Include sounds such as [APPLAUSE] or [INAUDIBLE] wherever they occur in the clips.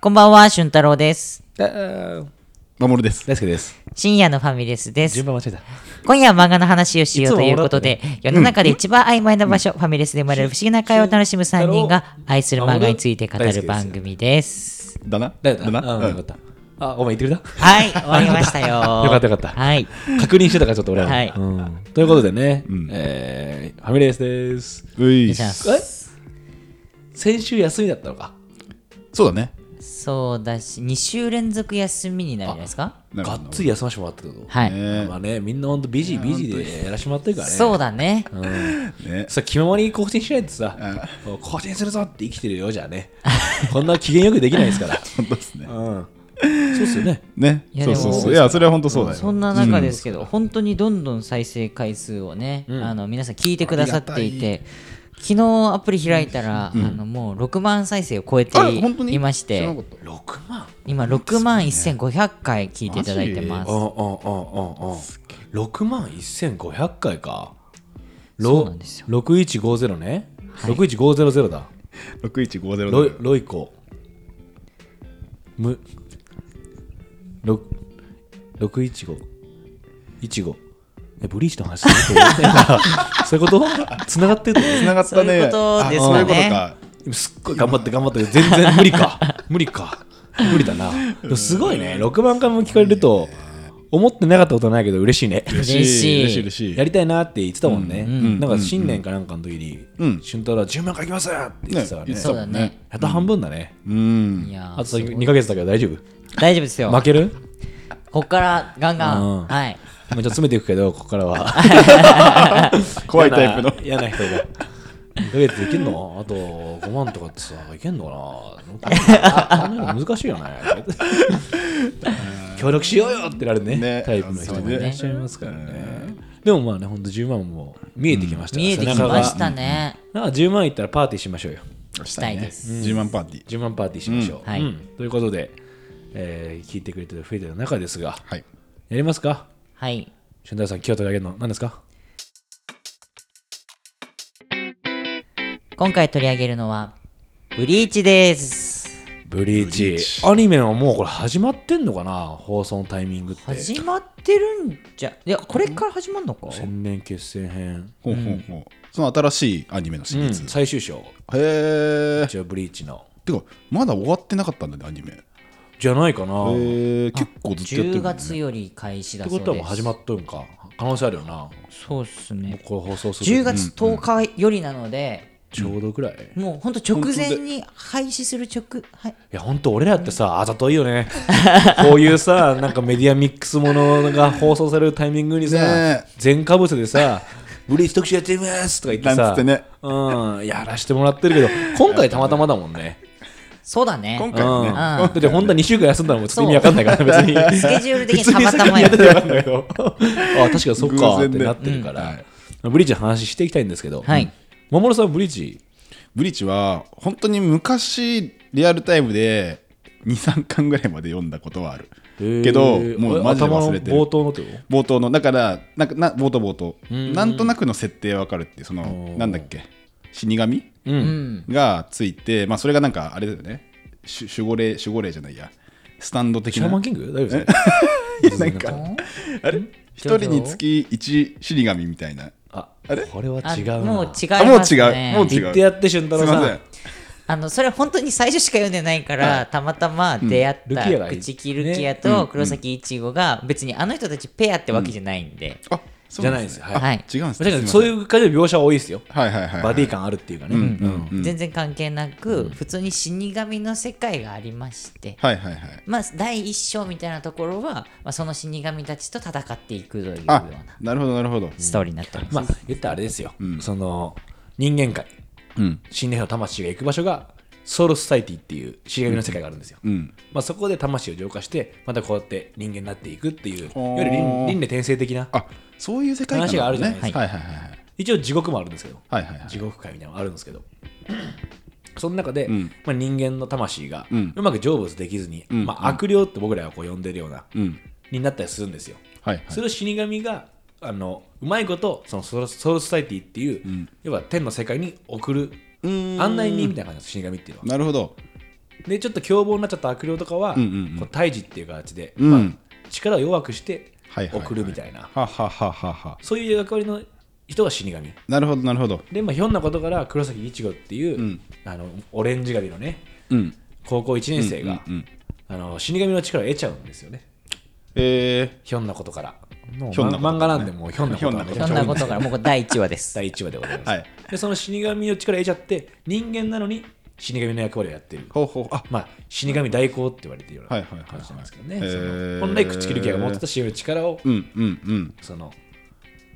こんばんは、俊太郎です。守るです。大輔です。深夜のファミレスです順。番間違えた。今夜は漫画の話をしようということでい、世の中で一番曖昧な場所、ファミレスで生まれる不思議な会話を楽しむ3人が愛する漫画について語る番組です。だなだよな。な、うん、うよんかった。あ、お前言ってくれたはい、終わりましたよ。よよかったよかったはい。確認してたからちょっと俺は。はいうんということでね、えーファミレスです。ういお願いしますえ先週休みだったのか。そうだね。そうだし、2週連続休みになるんじゃないですかなるがほっどつり休ませてもらったけど。はい。ねまあね、みんなほんとビジビジでやらしてもらってるからね。そうだね。ねさ気ままに更新しないとさ、もう更新するぞって生きてるようじゃ [LAUGHS] ね、こんな機嫌よくできないですから。本当ですね。うん、そうっすよね。ねい。やそうでもそうそう。いや、それは本当そうだよ。そんな中ですけど、本当にどんどん再生回数をね、あの皆さん聞いてくださっていて、昨日アプリ開いたら、あのもう6万再生を超えてあい本当にいまし知らなてか、った6万今6万1500回聞いていただいてまうすん。うんうんうんうん6万1500回かそうなんですよ6150ね、61500だ6150ロイロイコむろ615いちごえブリーチの話する [LAUGHS] ってことそういうことつながってるってつながっそたね。ういうことですかねあそういうことか。ことすっごい頑張って頑張ったけど全然無 [LAUGHS] 理か無理か無理だなでもすごいね6万回も聞かれると思ってなかったことはないけど嬉しいね嬉しい嬉しい嬉しい。やりたいなって言ってたもんね、んなんか新年かなんかの時に「うん俊太郎10万回いきます!」って言ってたからねね言ってそうだね。やっと半分だね、うんい。やあーと2か月だけど大丈夫大丈夫ですよ。負けるここからガンガうン。んはい。もうちょっと詰めていくけどここからは [LAUGHS] 怖いタイプの。嫌な [LAUGHS] 嫌な人が2か月できんのあと5万とかってさいけんのかなこんなの難し [LAUGHS] いよね協力しようよってなるねねタイプの人もいらっしゃいますからねでもまあねほんと10万も見えてきましたから、見えてき背中まがしたね。なんか10万いったらパーティーしましょうよ。したいです10万パーティー。 10万パーティーしましょう。うんはいうんということで、えー聞いてくれてる増えてる中ですが、はい。やりますかはい。俊太郎さん、今日取り上げるの何ですか今回取り上げるのは、ブリーチです。ブリーチ。ブリーチアニメはもうこれ始まってんのかな放送のタイミングって。始まってるんじゃ、いや、これから始まるのか千年決戦編。ほうほうほう。その新しいアニメのシうリーんズ。最終章。へえ。一応ブリーチの。てか、まだ終わってなかったんだね、アニメ。じゃないかな。っへえ。結構ずっとやっ10てるもんね。月より開始だてそうこです。とはもう始まっとるんか。可能性あるよな。そうっすね。これ放送する10月10日よりなので、ちょうどくらい。いもうほんと直前に廃止する直、はい、や、ほんと俺らってさ、あざといよね。 [LAUGHS] こういうさ、なんかメディアミックスものが放送されるタイミングにさ、ねえ全かぶせでさ、ブリーチ特集やってみますとか言ってなんつさ、ってねうん、やらしてもらってるけど、今回たまたまだもんね。そうだね。今うん、回はね。だって本当は2週間休んだのもちょっと意味わかんないから、別 [LAUGHS] に。スケジュール的に別たにまそたこまにややってるてよかったけど、 [LAUGHS] あ確かにそっ偶かっ然ねてなってるから、ブリーチの話していきたいんですけど、はい守さん、ブリーチ、ブリーチは本当に昔リアルタイムで23巻ぐらいまで読んだことはあるけどもうマジで忘れて頭の冒る頭のってこ冒頭のだからなんかな冒頭冒頭なんとなくの設定わかるっていうそのなんだっけ死神とうんがついて、まあ、それがなんかあれだよねし守護霊守護霊じゃないやスタンド的シャーなマンキング大丈夫ですかなんかあれ一人につき一死神みたいなああれこれはあ違うな。もう違います、ね。あもう違うもう違う言ってやって、俊太すい郎さませんん。あのそれ本当に最初しか読んでないから、たまたま出会うんっルキたアがいい口木ルキアと黒崎いちごが別にあの人たちペアってわけじゃないんで、あそうじゃないですよ。ねは。はいい違うんです確かにそういうう感じの描写は多いですよ。はいはいはいはいバディ感あるっていうかね。うん全然関係なく、普通に死神の世界がありまして、はいはいはいまあ、第一章みたいなところは、まあ、その死神たちと戦っていくというようあななるほどなるほどストーリーになっておりま。ますあ、言ったらあれですよ。その、人間界、うん死んだ人の魂が行く場所が、ソウルソサイティっていう死神の世界があるんですよ。うんまあ、そこで魂を浄化して、またこうやって人間になっていくっていう、いおーわゆる輪輪廻転生的な、あそういう世界観話があるじゃないねではすいかはいはいはい一応地獄もあるんですけど、はいはいはい地獄界みたいなのがあるんですけど、その中で、んまあ、人間の魂がうんうまく成仏できずに、んまあ、悪霊って僕らはこう呼んでるような、うんになったりするんですよ。はいはいそれを死神があのうまいことそのソウルソウルソサイティっていう、要は天の世界に送るうーん案内人みたいな感じなんです死神っていうのは。なるほどでちょっと凶暴になっちゃった悪霊とかは、うんうんうんこう退治っていう形で、うんまあ、力を弱くしてはいはいはい送るみたいな、はははははそういう役割の人が死神なるほどなるほどで、まあ、ひょんなことから黒崎一護っていう、んあのオレンジ髪のねうん高校1年生が、うんうんあの死神の力を得ちゃうんですよねえひょんなことからもうひょんなことからね漫画なんでもうひょんなことなんでそんなこと [LAUGHS] からもうこれ第1話です第1話でございます、はいでその死神の力を得ちゃって人間なのに死神の役割をやってるー、ほうほうあまあ、死神代行って言われてるようはいなはいはいはい感じなんですけどね、へーその本来口切り家が持ってた死神の力を、うんうんうんその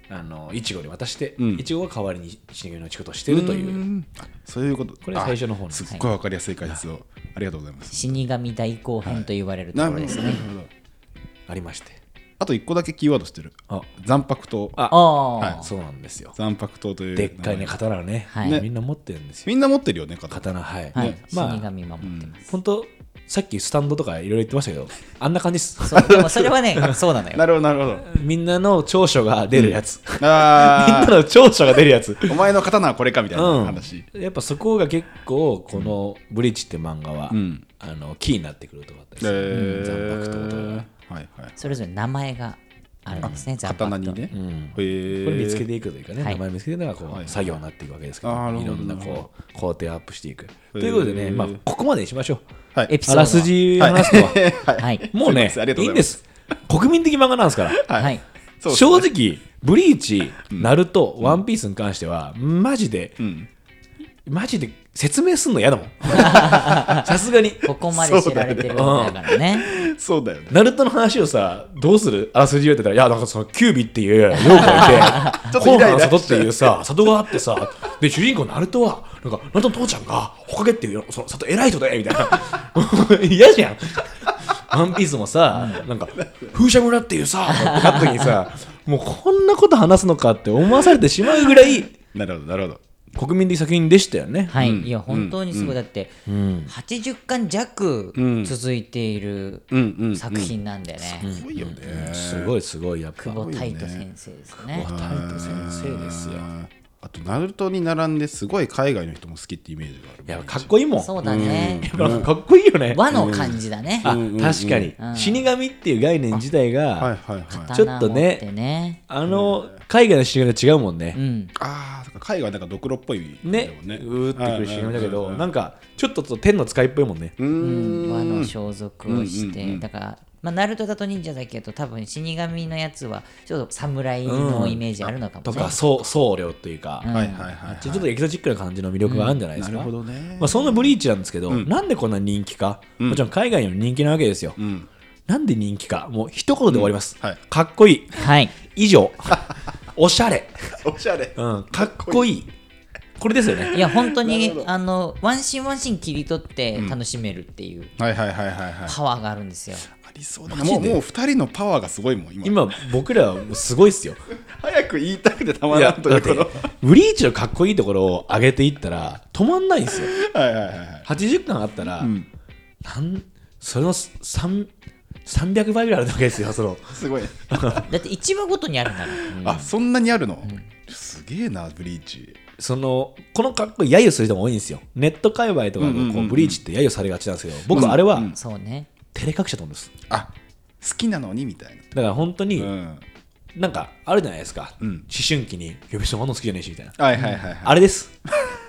あのイチゴに渡して、うんイチゴが代わりに死神の仕事をしてるという、んあそういうことこれが最初の方なんですあすっごいわかりやすい解説をありがとうございます死神大後編と言われるとなこるろほどですね、なるほどありましてあと一個だけキーワードしてるあ残白刀あああ、そうなんですよ残白刀というでっかいね名前刀をね、はいみんな持ってるんですよみんな持ってるよね刀刀はい、はい、ねまあ死神守ってます、本当さっきスタンドとかいろいろ言ってましたけどあんな感じで [LAUGHS] すそうでもそれはね [LAUGHS] そうなのなよるほどなるほどみんなの長所が出るやつ、みんなあの長所が出るやつ [LAUGHS] あお前の刀はこれかみたいな話うん、やっぱそこが結構この「ブリッジ」って漫画は、うんあのキーになってくるとこだったりえするうん残白刀とかーはいはいそれぞれ名前があるんですね残白刀にとねんへーこれ見つけていくというかね、はい名前見つけていくのがこはうい作業になっていくわけですから、あーい、ろんななるほこう工程をアップしていくということでね、まあ、ここまでにしましょうはいエピソあードらすじを話す [LAUGHS] とは、ははいもうねすいませんありがいういとござんいまですす国民的漫画なんですからはい、そうですね正直ブリーチ、ナルト、ワンピースに関しては、マジで、んマジで説明すんの嫌だ [LAUGHS] もん。さすがに。ここまで知られてることだからねそうだよねナルトの話をさ、どうするあらすじ言ってたら、いや、だからそのキュービっていう妖怪がいちて、ょっとコイーラナイのラしちゃう里っていうさ、里があってさ、で、主人公ナルトは、なんか、ナルトの父ちゃんが、ほかげっていう、その里偉い人だよ、みたいな。 [LAUGHS] 嫌じゃん。ワンピースもさ、なんか、風車村っていうさ、ってなった時にさ、もうこんなこと話すのかって思わされてしまうぐらい、なるほどなるほど国民的作品でしたよね。はい、うんいや本当にすごい、だって、80巻弱うん続いているうんうんうん作品なんでね、すごいよねすごいすごい、やっぱ。久保太斗先生ですねタイト先生ですよ。あとナルトに並んですごい海外の人も好きってイメージがあるいや、かっこいいもん。そうだね、やっぱ [LAUGHS] かっこいいよね。和の感じだね、あ確かに、うん死神っていう概念自体が、はいはいはいちょっとね刀持ってねあの海外の死神と違うもんねう、んああ海外はなんかドクロっぽいねだもんねうーってくる死神だけど、うんなんかちょっと天の使いっぽいもんね、ううんん、和の装束をして、うんうんうんだから、まあ、ナルトだと忍者だけど多分死神のやつはちょっと侍のイメージあるのかもとね、か僧僧侶というか、はいはいはいちょっとエキゾチックな感じの魅力があるんじゃないですなか、るほどねまあ、そんなブリーチなんですけど、んなんでこんなに人気か、もちろん海外にも人気なわけですよ、うんなんで人気かもう一言で終わります、うんはいかっこいいはい以上 [LAUGHS] おしゃれ、おしゃれうん、かっこいいこれですよねいや本当なるにほどあのワンシーンワンシーン切り取って楽しめるっていうはいはいはいはいはいパワーがあるんですよ、ありそうだなもうもう二人のパワーがすごいもん今今僕らはすごいっすよ早く言いたくてたまいらやんといだっうこてのブリーチのかっこいいところを上げていったら止まんないんですよはいはいはいはい80巻あったら、んなんそれの3 300倍ぐらいあるわけですよそのすごいねだって1話ごとにあるんだからあそんなにあるのすげえなブリーチそのこの格好揶揄する人も多いんですよネット界隈とかうんうんのうんこううんブリーチって揶揄されがちなんですけど僕あれはうんそうね照れ隠しだと思うんですあ好きなのにみたいなだから本当うにんなんかあるじゃないですか、ん思春期に「いや別にあんの好きじゃねえし」みたいなはいはいはいはいあれです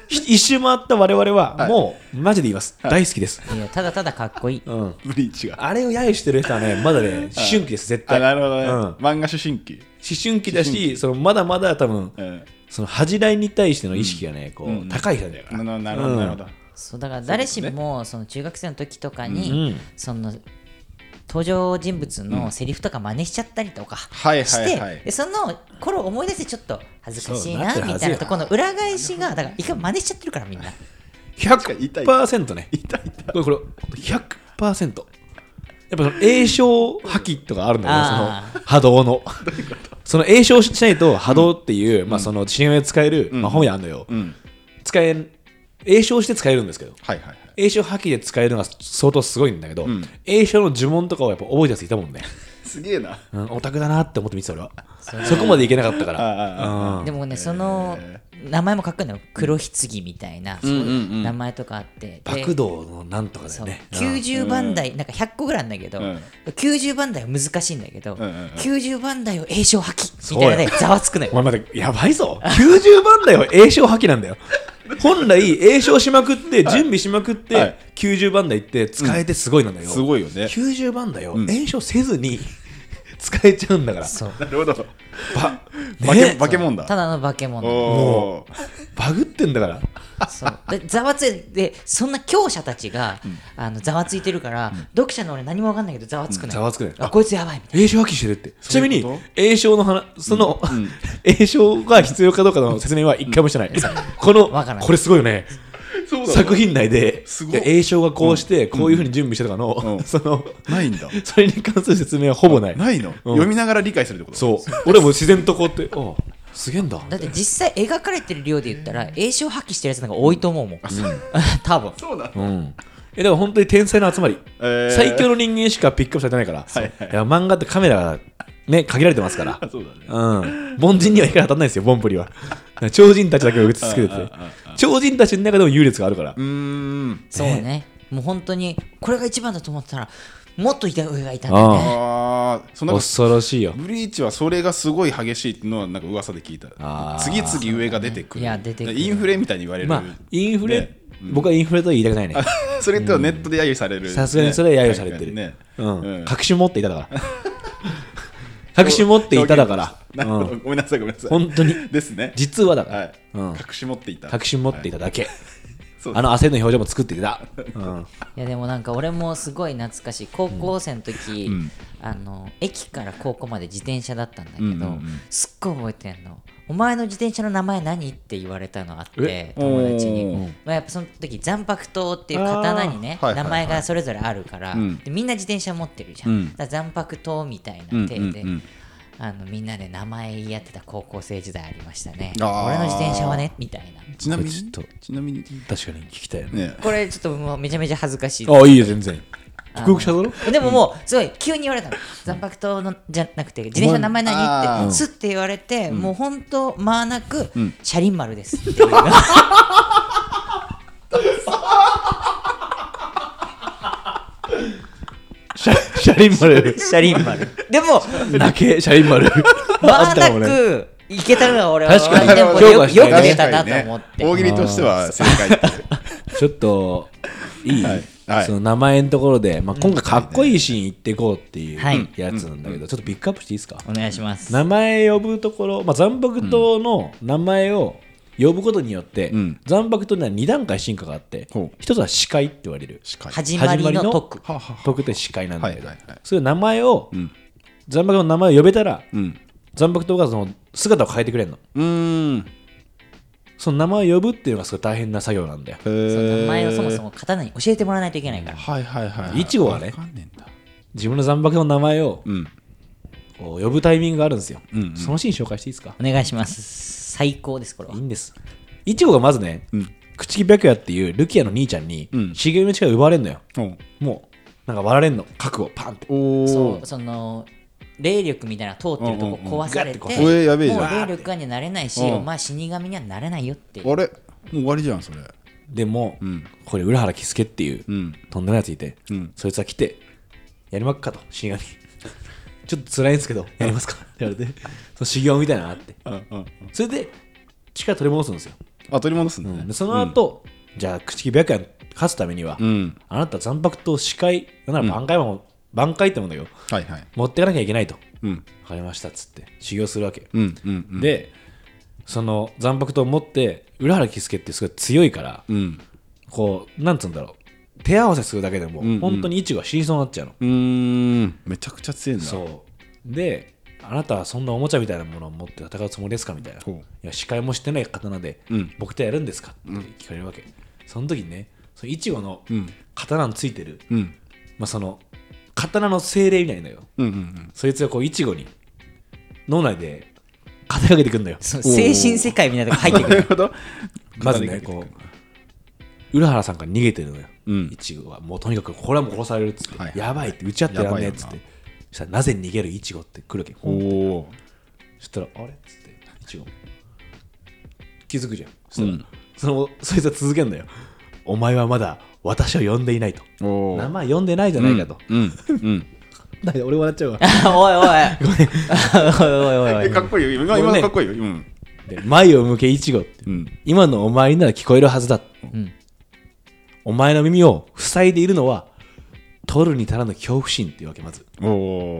一周回った我々はもうマジで言います大好きですいやただただかっこいいうんブリーチがあれを揶揄してる人は [LAUGHS] ね、まだね、思春期です、絶対。あなるほどねうん漫画思春期思春期だし、そのまだまだ多分、うんその恥じらいに対しての意識がね、こう、うん高い人だかなら。ななるほうどんなるほどそうだから誰しもその中学生の時とかうんうにんその登場人物のセリフとか真似しちゃったりとかはいはしいはいてでその頃を思い出してちょっと恥ずかしいなそうなってるみはずたよいなとこの裏返しがだから一回真似しちゃってるからみんな100%痛い100%ね。痛い痛いこれ、これ、100%。やっぱその、栄唱破棄とかあるんだよねあ、その、波動の。その、栄唱しないと、波動っていう、まあ、その、親愛で使える、まあ、本屋あるのよ。うん使えん、栄唱して使えるんですけど。はいはいはい栄唱破棄で使えるのが相当すごいんだけどん、 [LAUGHS] 栄唱の呪文とかをやっぱ覚えたやついたもんね。すげえな。うんオタクだなって思って見てた俺はそこまでいけなかったかああらうんでもねその名前もかっこいいのよ黒棺みたいなうんうんうん名前とかあってで爆道のなんとかだそようね90番台なんか100個ぐらいあるんだけどうん90番台は難しいんだけどんうんうん90番台を栄称破棄みたいなねざわつくのおよ前まだやばいぞ90番台は栄唱破棄なんだよ本来栄唱しまくって準備しまくっはてい90番台って使えてすごいなんだよすごいよね。 90番台をうん栄唱せずに使えちゃうんだからそうなるほど。ば、化けね化け物だ。ただの化けお物おー。バグってんだからそうでざわついてそんな強者たちがあのざわついてるから読者の俺何も分かんないけどざわつくのざよわつくねあこいつやばいみたいな栄唱破棄してるってちなみにそういうこ栄唱の話その [LAUGHS] うん栄唱が必要かどうかの説明は一回もしてないこのわからないこれすごいよねそうだ作品内ですごい栄唱がこうしてこういうふうに準備してとかうのん [LAUGHS] そのないんだ。それに関する説明はほぼない。ないの、読みながら理解するってことそう。俺も自然とこうって、ああすげえんだ。だって実際描かれてる量で言ったら栄称破棄してるやつなんか多いと思うもん [LAUGHS] 多分そうなんだ。うん。え、でも本当に天才の集まり。えー最強の人間しかピックアップされてないから。はいはいや漫画ってカメラがね、限られてます [LAUGHS] からあ。そうだね。うん。凡人には光当たんないですよ、ボンプリは。超人たちだけを映しつけてああてあああ。超人たちの中でも優劣があるからう。ーん。そうねもう本当にこれが一番だと思ってたらもっといた上がいたんだよねああ、そんなこと恐ろしいよ。ブリーチはそれがすごい激しいっていうのはなんか噂で聞いたあー次々上が出てくるいや出てくるインフレみたいに言われる、まあ、インフレね、僕はインフレとは言いたくない [LAUGHS] ね。それってはネットで揶揄されるさすがにそれは揶揄されてる、ねうんうん確信持っていただから確信持っていただから、なるほどうんごめんなさいごめんなさい本当にですね実はだから、はい、うん隠し持っていた確信持っていただけ、そうあの焦りの表情も作っていた、うん、いやでもなんか俺もすごい懐かしい高校生の時、うんあの駅から高校まで自転車だったんだけど、うんうんうんすっごい覚えてんの「お前の自転車の名前何?」って言われたのあっえて友達おにー、まあ、やっぱその時斬白刀っていう刀にね、あーはいはいはい名前がそれぞれあるから、うんでみんな自転車持ってるじゃん、うんだから斬白刀みたいなうんうん体で、うんあのみんなで名前言い合ってた高校生時代ありましたねあー俺の自転車はねみたいなちなみにちょっとちなみに確かに聞きたいよねねこれちょっともうめちゃめちゃ恥ずかしいあいいよ全然克服しただろ [LAUGHS] でももうすごい急に言われたの残白刀のじゃなくて自転車の名前あ何っーてすって言われて、もう本当まあなく、ん車輪丸ですっていうのシャ [LAUGHS] シャリンマル車輪丸でも泣けシャリンマ [LAUGHS] ルまあなもんねくいけたのは俺は確かにでも評よ価したよいくね出たなと思って、大喜利としては正解っていうちょっといい、はいはいその名前のところで、まあ、今回かっこいいシーン行っていこうっていうはいやつなんだけど、ちょっとピックアップしていいですか、お願いします名前呼ぶところ、まあ、残白刀の名前を呼ぶことによって、うん残白刀には2段階進化があってほう一つは司会って言われる司会始まりの徳はあはあはあ徳って司会なんだけど、はいはいはいそういう名前を、ん残白刀の名前を呼べたら、うん残白刀がその姿を変えてくれるのうーんへその名前を呼ぶっていうのがすごい大変な作業なんだよその名前をそもそもも刀に教えてもらわないといけないからはいはいはいいちごはねわかんねえんだ自分の残白刀の名前をうんこう呼ぶタイミングがあるんですよ、うんうんそのシーン紹介していいですかお願いします最高ですこれはいいんですいちごがまずね、うん朽木白夜っていうルキアの兄ちゃんにうん茂みの力を奪われるのよ、おもうなんか割られんの核をパンっておそーうその霊力みたいなの通ってるとこ壊されて、うんもうんうんガッて壊されてこれやべえじゃんう霊力がにはなれないし、うんお前死神にはなれないよっていうあれもう終わりじゃんそれでも、んこれ浦原喜助っていう、うんとんでもないやついて、うんそいつが来てやりまっかと死神 [LAUGHS] ちょっと辛いんですけどやりますかって言われてその修行みたいなのがあってうんうんうんそれで力取り戻すんですよ、あ取り戻すんだねでその後、じゃあ朽木白夜に勝つためには、うんあなた残白と司会なんなら挽回も、挽回ってもんだけどはいはい持ってかなきゃいけないとうん分かりましたっつって修行するわけ、うんうんうんでその残白刀を持って浦原喜助ってすごい強いから、うんこうなんつうんだろう手合わせするだけでも、んうん本当に一チゴは死にそうになっちゃうの、うーんめちゃくちゃ強いんだそうであなたはそんなおもちゃみたいなものを持って戦うつもりですかみたいな、ほういや視界もしてない刀で、うん僕とやるんですかって聞かれるわけ、その時にねそのイチゴのん刀についてる、うんまあ、その刀の精霊みたいなのようんうんうんそいつがこうイチゴに脳内で語りかけてくんだよそう精神世界みたいなのが入ってくなるるほどまずねこう浦原さんから逃げてるのよ、うんイチゴはもうとにかくこれはもう殺されるっつって、はいはいはいやばいって打ち合ってやらんねえっつってそしたら「なぜ逃げるイチゴ」って来るわけおおそしたら「あれ?」っつってイチゴ気づくじゃんそしたら、そのそいつは続けんだよ「お前はまだ私を呼んでいない」とー「おー名前呼んでないじゃないか」とうんうん [LAUGHS] 「なんで俺笑っちゃうわ」 [LAUGHS] おいおいおいおいおいお [LAUGHS] えい [LAUGHS] かっこいいよ今今のかっこいいようんで前を向けイチゴってうん今のお前になら聞こえるはずだうんお前の耳を塞いでいるのは取るに足らぬ恐怖心っていうわけまず、お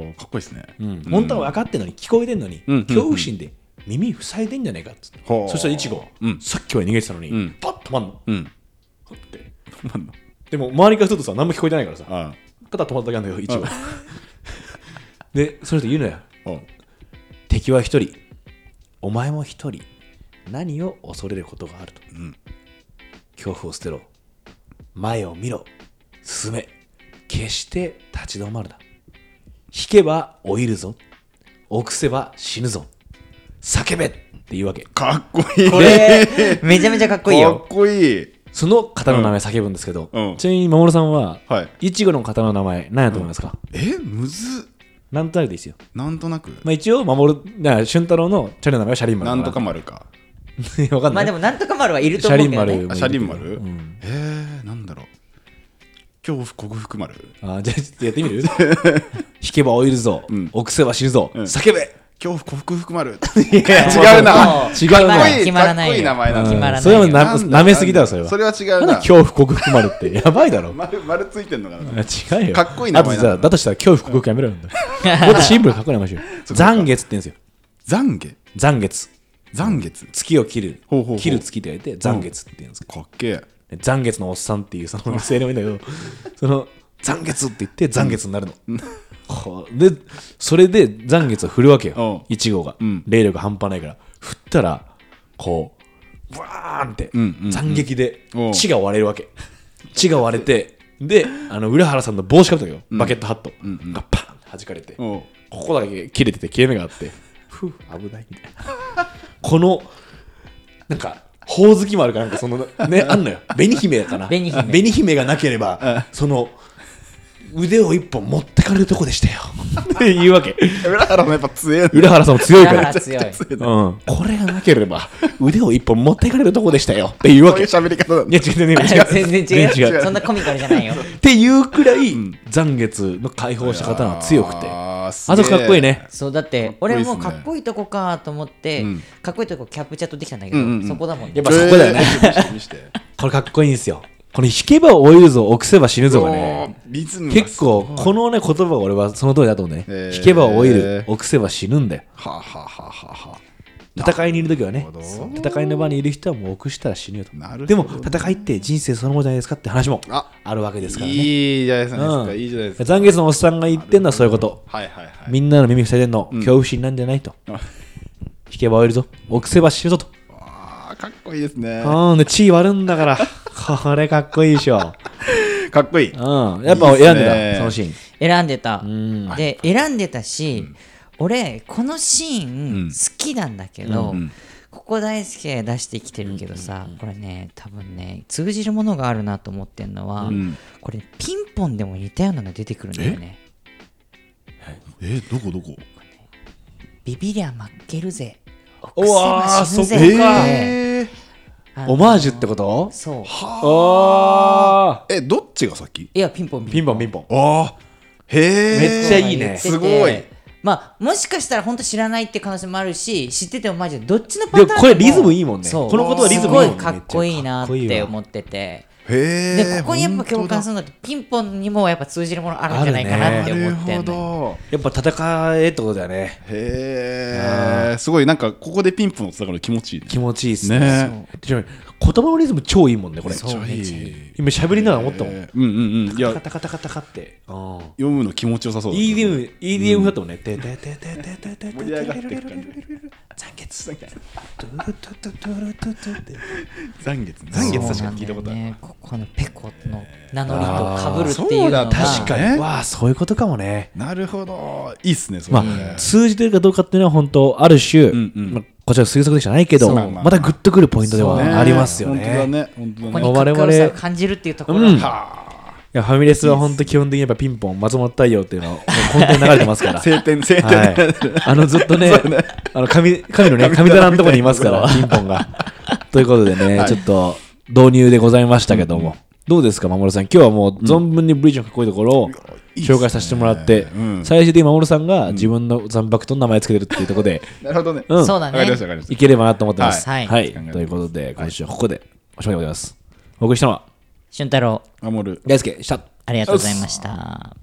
おかっこいいですね本当は分かってんのに聞こえてんのに、うん恐怖心で耳塞いでんじゃねえかっつって、ほうそしたらイチゴ、うんさっきまで逃げてたのに、うんパッと止まんのうんパッて止まんのでも周りからするとさ何も聞こえてないからさあ肩止まっただけなんだよイチゴでその人言うのよあおう敵は一人お前も一人何を恐れることがあると、ん恐怖を捨てろ前を見ろ進め決して立ち止まるな引けば老いるぞ臆せば死ぬぞ叫べっていうわけかっこいいこれめちゃめちゃかっこいいかっよこいいその方の名前叫ぶんですけど、うんちなみに守さんは、はいい、ちごの方の名前何やと思いますか、えむずっなんとなくでいいですよ、なんとなくまあ、一応守るだから俊太郎のチャレの名前はシャリンマルなだんとか丸か分 [LAUGHS] かまんなあい、でもなんとか丸はいるとシャ思リうンけど丸もいねるけどあシャリン丸うんえーなんだろう恐怖克服丸あじゃあちょっとやってみる [LAUGHS] 引けば老いるぞ、ん臆せば死ぬぞ、うん叫べ恐怖克服丸も [LAUGHS] 違うなもう違う決まならかっこいい決まらないよかっこいい名前だな決まらないよそれはななんだ舐めすぎだよそれはそれは違うななんだ恐怖克服丸ってやばいだろ、丸丸ついてんのかな違うよかっこいい名前あなとさだとしたら恐怖克服やめ [LAUGHS] ろよ、もっとシンプルにかっこいい名前しようそっか残月って言うんですよ懺悔残月懺月月を切るほうほうほう切る月って言われて残月って言うんですけど、かっけえで残月のおっさんっていうその青年もいいんだけどその残月って言って残月になるの、こうでそれで残月を振るわけよう1号が、ん霊力半端ないから振ったらこうブワーンってんうんうん斬撃でおう血が割れるわけ血が割れてであの浦原さんの帽子かぶったよ、バケットハットがパーンって弾かれて、おうここだけ切れてて切れ目があってふう危ないみたいなこのなんかほおずきもあるからなんかそのねあんのよ紅姫かな紅姫紅姫がなければその腕を一本持ってかれるとこでしたよっていうわけ浦原もやっぱ強えな浦原さんも強いかだからら強いうん、これがなければ腕を一本持ってかれるとこでしたよっていうわこうけいうい喋り方なんだや違う違う違全う然違う全然違うそんなコミカルじゃないよっていうくらい残月の解放した方は強くてあーすあげとえかっこいいねそうだってこいいっ俺すねもかっこいいとこかと思って、うんかっこいいとこキャプチャットできたんだけど、うんうんうんそこだもんねやっぱそこだよねえー見せて見せてこれかっこいいんですよ。この引けば老いるぞ、臆せば死ぬぞがおーね、リズムが結構このね言葉が俺はその通りだと思うね。へー引けば老いる、臆せば死ぬんだよ。はあはあはあはあはあ戦いにいる時はねなる、ほどそう戦いの場にいる人はもう臆したら死ぬよとなるほどでも戦いって人生そのものじゃないですかって話もああるわけですからね。いいじゃないですうんかいいじゃないですか残月のおっさんが言ってんのはそういうこと。はいはいはいみんなの耳塞いでんの、恐怖心なんじゃないと。あ引けば老いるぞ、臆せば死ぬぞと。あーかっこいいですねうん、で地位割るんだから、これかっこいいでしょ。かっこいいうん、やっぱ選んでいいっすねた、そのシーン。選んでたんで選んでたし、俺このシーうンん好きなんだけど、うんうんここ大輔出してきてるけどさ、これね多分ね通じるものがあるなと思ってんのは、んこれピンポンでも似たようなの出てくるんだよねえどこどこビビりゃ負けるぜうわー奥せば死ぬぜそっかってえーあのオマージュってことそうあえどっちが先いやピンポンーピンポンピンポン。ああへえめっちゃいいね言っててすごいまあもしかしたら本当知らないって可能性もあるし知っててもマジでどっちのパターでンでももこれリズムいいもんね。そうこのことはリズムいいもんすねごいかっこいいなっめちゃてかこいいわ思っててへえでここにやっぱ共感するのってピンポンにもやっぱ通じるものあるんじゃないかなって思ってなんるのよほどやっぱ戦えってことだよね。へえすごいなんかここでピンポンってたから気持ちいいね気持ちいいっすね。ねちなみに言葉のリズム超いいもんね、これ。そうめっちゃいい今喋りながら思ったもん。えーうんうんうんいやカタカタカタカって。うん読むの気持ちよさそうだ EDM、EDM だったもんね。ててててててててて盛り上がってる感じ残血みたいな。トゥルトゥトゥトゥルトゥトゥって残月残月確かに聞いたことあそうなんだよるねここのペコの名乗りとかぶるっていうあーそうのだが確か確かに。わあ、そういうことかもね。なるほどいいっすねそれまあ、通じてるかどうかっていうのは本当ある種、んうんまあ、こちら推測でしかないけど、そうまたグッとくるポイントであはありますよね。本当だね本当こだこねにかっこよさを感じるっていうところうんがはあやファミレスは本当基本的にやっぱピンポン松本太陽っていうのはもう本当に流れてます [LAUGHS] から晴天晴は天い、あのずっとね、あの神神のね、神棚のところにいますから、ピンポンが。ということでね、はいちょっと導入でございましたけども、どうですか、守さん、今日はもう存分にブリーチのかっこいいところをいいっすね紹介させてもらって、うん最終的に守さんが自分の残白と名前つけてるっていうところで、 [LAUGHS] なるほどねうんそうだわかりましたねわかりましいければなと思ってます。はいはい、ということで、今週はここでおしまいでございます。お送りしたのは、俊太郎た守る大輔でした。ありがとうございました